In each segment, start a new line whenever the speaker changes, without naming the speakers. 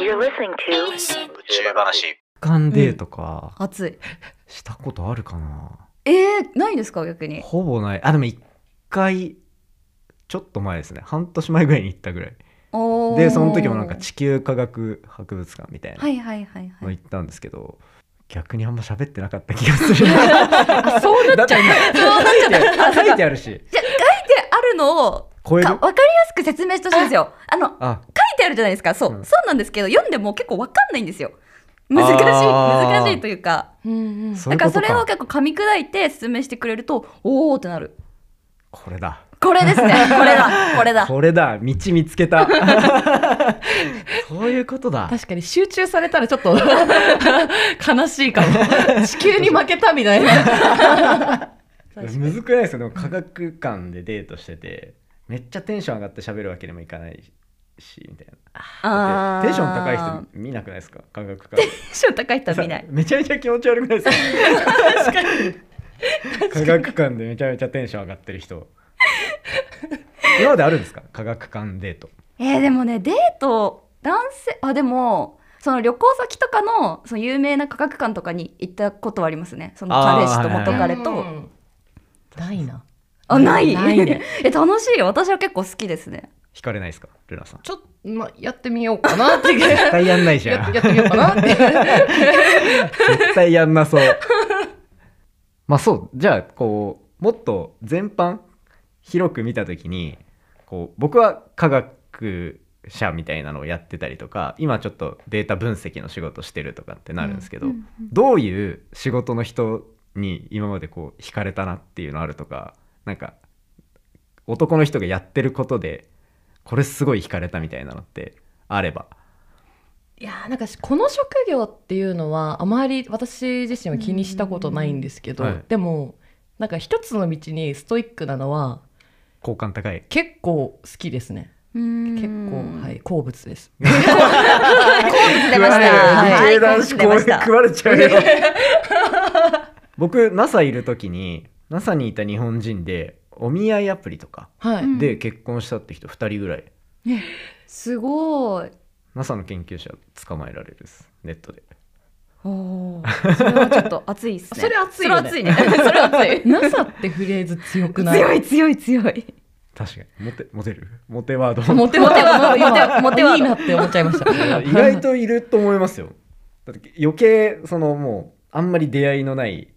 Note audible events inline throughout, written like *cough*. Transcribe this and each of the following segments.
You're listening to
宙話
間デートか、
暑い。
したことあるかな
えー、ないですか逆に。
ほぼないあでも一回ちょっと前ですね半年前ぐらいに行ったぐらい
おー
でその時もなんか地球科学博物館みたいな
はいはいはい
の
はい。
行ったんですけど、逆にあんま喋ってなかった気がする
*laughs* あそう
だって書いてある書いてあるし
であるのを
超え
か
る
わかりやすく説明してほしいんですよ。あの書い
あ
てあるじゃないですか。そう、
うん
そうなんですけど読んでも結構わかんないんですよ。難しい
あー
難しいというか。
うんうん
そうい
だ
うこ
から
と
そ
か
れを結構噛み砕いて説明してくれるとおおってなる。
これだ
これですね。これだこれだ。
これだ道見つけ
*laughs*
たそういうことだ
確かに集中されたらちょ *laughs* っと悲しいかも地球に負けたみたいな
むずくないですかでも科学館でデートしててめっちゃテンション上がって喋るわけにもいかないしみたいなだっ
あ
てテンション高い
人。
人見なくないですか科学館
テンション高い人は *laughs* 見ない。
*laughs* めちゃめちゃ気持ち悪くないです *laughs* か科学館でめちゃめちゃテンション上がってる人今まであるんですか科学館デート
えー、でもねデート男性あでもその旅行先とかのその有名な科学館とかに行ったことはありますねその彼氏と元
あ
彼とあ,、
ないな
ない
ないね
*laughs* え楽しいよ私は結構好きですね
惹かれないですかルナさん
ちょっと、まあ、やってみようかな *laughs* っていう
絶対やんないじゃ
*laughs*
や
ん
やってみようかなっていう
絶対やんなそう *laughs* まあそうじゃあこうもっと全般広く見た時にこう僕は科学者みたいなのをやってたりとか今ちょっとデータ分析の仕事してるとかってなるんですけど、
うんうん
どういう仕事の人に今までこう惹かれたなっていうのあるとかなんか男の人がやってることでこれすごい惹かれたみたいなのってあれば
*laughs* いやーなんかしこの職業っていうのはあまり私自身は気にしたことないんですけど、
うんはい
でもなんか一つの道にストイックなのは
好感高 *laughs* い
結構好きですね
結
結構はい好物です
出ましたはい
食われる
好物出ました
食われちゃうよ
*laughs*
僕 NASA いる時に NASA にいた日本人でお見合いアプリとか
はい、
うん
で結婚したって人2人ぐらい、
すごい
NASA の研究者捕まえられるですネットで
おーそれはちょっと熱いですね
それ熱いよね
それ熱いねそれ熱い
*laughs* NASA ってフレーズ強くない
強い強い強い
確かにモテモテるモテワード
モテモテ
モ
は
テはモ
モテ
テ
は
は
今いいなって思っちゃいまし
*laughs*
た
意外といると思いますよだって余計そのもうあんまり出会いのない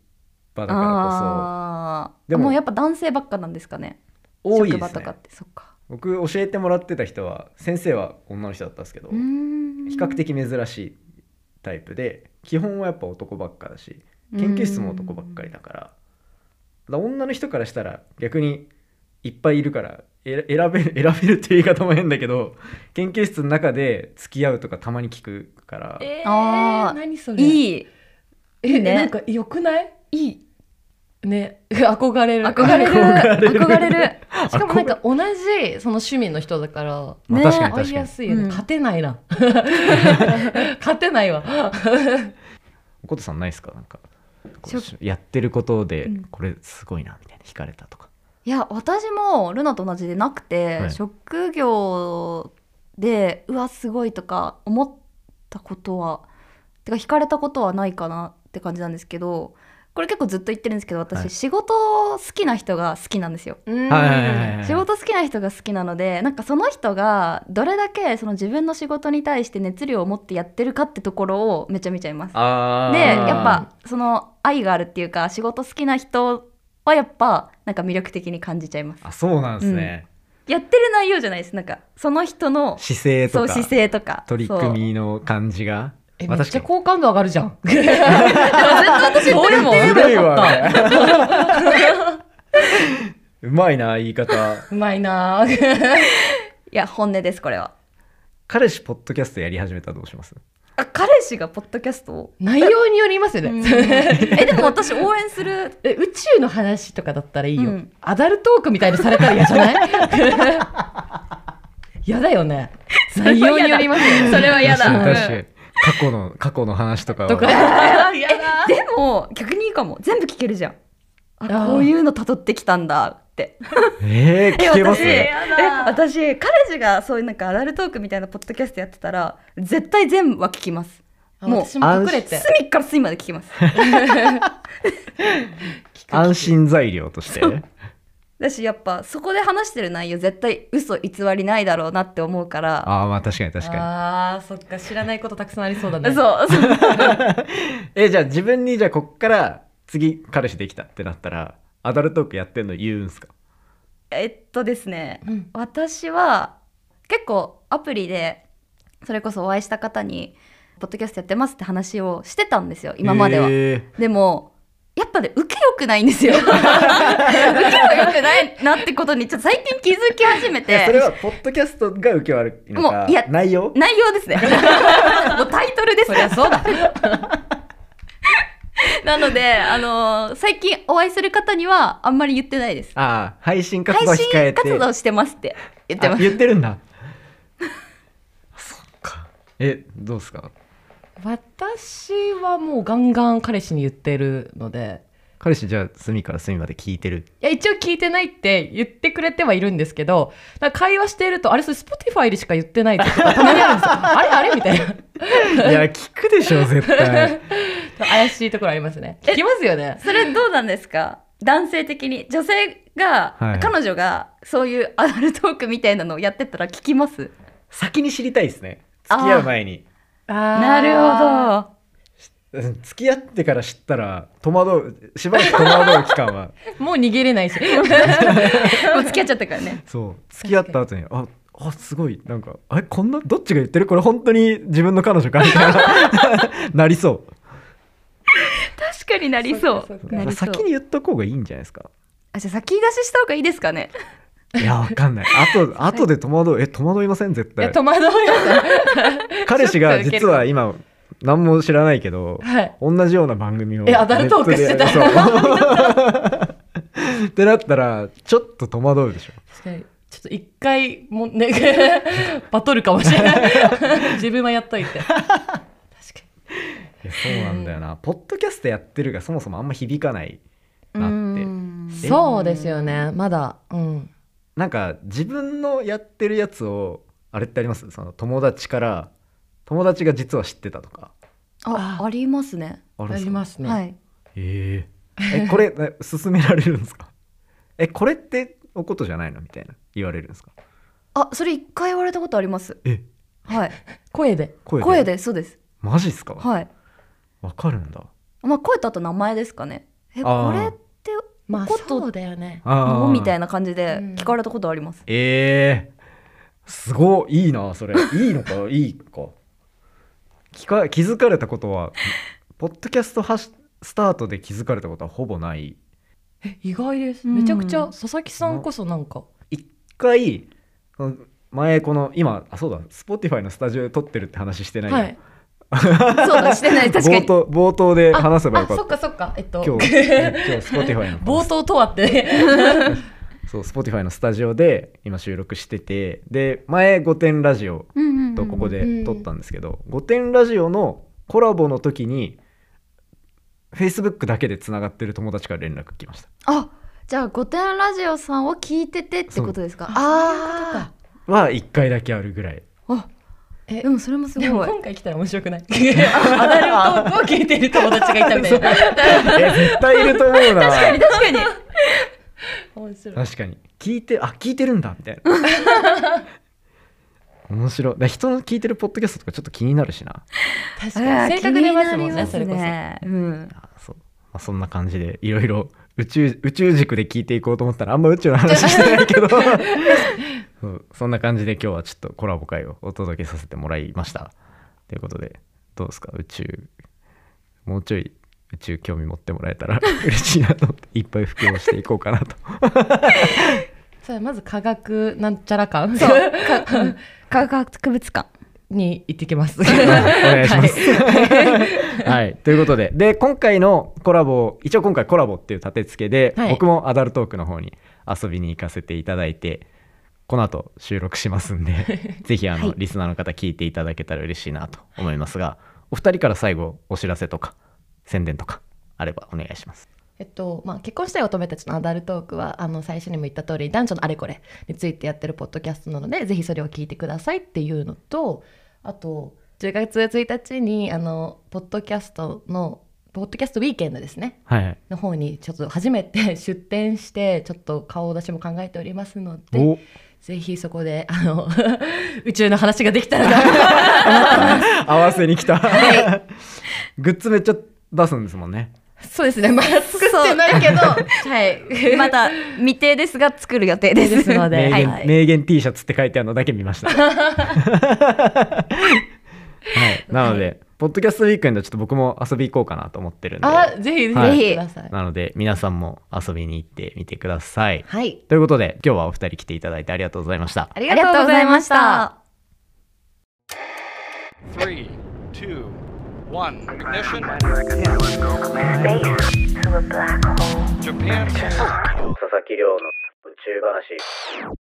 場だからこ
あー
でも
もうやっぱ男性ばっかなんですかね
そ多いで
職場
す
とかっ
ね
てそっか
僕教えてもらってた人は先生は女の人だったんですけど
うーん
比較的珍しいタイプで基本はやっぱ男ばっかだし研究室も男ばっかりだからだから女の人からしたら逆にいっぱいいるからえら選べ *laughs* る選べるって言い方も変だけど研究室の中で付き合うとかたまに聞くから、
え
あー
何そ
うん
れい
いい
え
いね
なんか良くない
いい
ね憧れる
*laughs* 憧れる
憧れる
憧れる
しかもなんか同じその趣味の人だから
まあ
ね
確かに確
会い
かに
やすいよね、
うん
勝てな
*laughs*
いな勝てないわ
おことさんないですかなんかこう
し
やってることで
うん
これすごいなみたいな惹かれたとか、
いや私もルナと同じでなくて、
はい
職業でうわすごいとか思ったことはてか惹かれたことはないかなって感じなんですけどこれ結構ずっと言ってるんですけど私、
はい
仕事好きな人が好きなんですよ。
い
仕事好きな人が好きなのでなんかその人がどれだけその自分の仕事に対して熱量を持ってやってるかってところをめちゃ見ちゃいます。
あー
でやっぱその愛があるっていうか仕事好きな人はやっぱなんか魅力的に感じちゃいます
あそうなんですね、
やってる内容じゃないですなんかその人の
姿勢
そ
と
う
か
姿勢とか
取り組みの感じが
え
ま
め
あ
っちゃ
確か
好感度上がるじゃ *laughs* ん
そう
どうやって
に
言え
す
ば
ごい
よか
わ
った
ね *laughs* うまいな言い方
うまいなー *laughs*
いや本音ですこれは
彼氏ポッドキャストやり始めたらどうします
あ彼氏がポッドキャストを
内容によりますよね
*laughs* えでも私応援する
え宇宙の話とかだったらいいよ、
うん
アダルトークみたいにされたら嫌じゃ *laughs* ない嫌だよね内容によりますよ
*laughs*
ね
それは嫌だ
確かに確
う
か
ん
に過去の過去の話とかは
とか嫌
でも逆にいいかも全部聞けるじゃんあこういうの辿ってきたんだって
えー、聞けます
え
ね
や
え私彼氏がそういうなんかアダルトークみたいなポッドキャストやってたら絶対全部は聞きます
あ
もう
私も隠れて
隅から隅まで聞
*laughs*
きます
聞く聞く
安心材料として
だしやっぱそこで話してる内容絶対嘘偽りないだろうなって思うから
ああまあ確かに確か
ああそっか知らないことたくさんありそうだ
そ
ね
う
*laughs*
そう
に *laughs* えじゃあ自分にじゃあこっから次彼氏できたってなったらアダルトークやってんの言うんすか
えっとですね
うん
私は結構アプリでそれこそお会いした方に「ポッドキャストやってます」って話をしてたんですよ今までは。
えー
でもやっぱね受け良くない
*laughs*
んですよ。受けは良くないなってことにちょっと最近気づき始め
いやそれ
て
はポッドキャストが受け悪いのか
もういや
内容
内容
*laughs*
ですね。もうタイトルです
そりゃそうだ
*laughs* なのであのー最近お会いする方にはあんまり言ってないです。
ああ配信活
配
動は控え
信
て
活動してますって言ってま
あ
す。
言ってるんだそっかえどうですか
私はもうガンガン彼氏に言ってるので
彼氏じゃあ隅から隅まで聞いてる
いや一応聞いてないって言ってくれてはいるんですけどなんか会話しているとあれそれ Spotify でしか言ってないってことがたまにあるんです *laughs* よあれあれみたいない
や聞くで
*laughs*
しょ絶対
怪しいところありますね聞きますよね
それどうなんですか男性的に女性が、
はい
彼女がそういうアダルトークみたいなのをやってたら聞きます
先に知りたいですね付き合う前に
な
る
うん付き合ってから知ったら戸惑うしばらく戸惑う期間
*laughs*
は
ほどもう逃げれないし
ほどもう付き合っちゃったからね
そう付き合った後にああすごいなんかあれこんなどっちが言ってるこれ本当に自分の彼女かみたいな
*laughs*
なりそう
確かになりそう
そっかそっか
なりそう
先に言っとこうがいいんじゃないですか
あじゃあ先出しした方がいいですかね
いやわかんないあと後で戸惑うえ戸惑いません絶
いや
対
戸惑いま
彼氏
ショッ
が
ク受ける
実は今何も知らないけど
すはい
同じような番組を
えアダルトークしてた
ネットでそうってなったらちょっと戸惑うでしょ
確かにちょっと一回もね *laughs* バトルかもしれない
*laughs*
自分はやっといて確か
いやそうなんだよな、ポッドキャストやってるがそもそもあんま響かないなって
に
え
そうですよねまだうん
なんか自分のやってるやつをあれってありますその友達から友達が実は知ってたとか
あありますね
あ
ありますすね、
はい
かええこれえ勧められるんですかえこれっておことじゃないのみたいな言われるんですか
あそれ一回言われたことあります
え
はい
声で
*laughs* 声で
声でそうです
マジっすかわ、
はい
かるんだ
まあ声とあと名前ですかねえ
あー
これって
まあ
こと
そうだよね
あ
の
ー
みたいな感じで聞かれたことあります
えー、すごいいいな *laughs* それいいのかいいか聞か気づかれたことはポッドキャストはしスタートで気づかれたことはほぼない
え意外です
うん
めちゃくちゃ佐々木さんこそなんか、
一回その前この今あそうだ Spotify のスタジオで撮ってるって話してないや、
はい
そうだしてない確
*laughs* 冒
かに
頭冒頭で話せばよかった
あそっかそっか
*laughs*
えっと
今日今日 Spotify の
*laughs* 冒頭とはってね
そう Spotify のスタジオで今収録しててで前「御殿ラジオ
うんうんうん」
とここで撮ったんですけど「御殿ラジオ」のコラボの時に Facebook だけでつながってる友達から連絡来ました
あじゃあ「御殿ラジオ」さんを聞いててってことですか
そう
あ
は1回だけあるぐら
*laughs*
い
ああ
え
でもそれもす
*laughs* でも
ごい
今回来たら面白くないアダルトークを聞いてる友達がいたみたいな
え絶対いると思うな確かに
確か *laughs* に
面白い
確かに聞いてあ聞いてるんだみたいな
*laughs*
面白いだから人の聞いてるポッドキャストとかちょっと気になるしな
確かに性格出ますもんねそれこそ
そうん
あそう、まあ、そんな感じでいろいろ宇宙宇宙軸で聞いていこうと思ったらあんま宇宙の話してないけどそうそんな感じで今日はちょっとコラボ会をお届けさせてもらいましたということでどうですか宇宙もうちょい宇宙興味持ってもらえたら嬉しいなと思っていっぱい服をしていこうかなと
さあまず科学なんちゃら感
そうかうん科学博物館
*laughs* に行って
*laughs*
きます。お
お願いします。
は
はい、ということでで今回のコラボ一応今回コラボっていう立て付けで、
はい
僕もアダルトークの方に遊びに行かせていただいてこの後収録しますんでぜひあの、
はい
リスナーの方聞いていただけたら嬉しいなと思いますがお二人から最後お知らせとか宣伝とかあればお願いします。
えっとまあ、結婚したい乙女たちのアダルトークはあの最初にも言った通り男女のあれこれについてやってるポッドキャストなのでぜひそれを聞いてくださいっていうのとあと10月1日にあのポッドキャストのポッドキャストウィーケンドですね
はいはい。
の方にちょっと初めて出展してちょっと顔出しも考えておりますので
お
ぜひそこであの *laughs* 宇宙の話ができたらな
*laughs*
合わせに来た *laughs* グッズめっちゃ出すんですもんね
そうですねまだ作ってないけど
*laughs*
はい
また未定ですが作る予定です
ですの
はい
で
名言、
はい
名言 T シャツって書いてあるのだけ見ました、はい、なので、ポッドキャストウィークエンドちょっと僕も遊び行こうかなと思ってるんで
あぜひぜひ
はい
来てください、
なので皆さんも遊びに行ってみてください
はい
ということで今日はお二人来ていただいてありがとうございました
あり
ありがとうございました。
Three, two, one. Ignition. Japan.
佐々木亮の宇宙話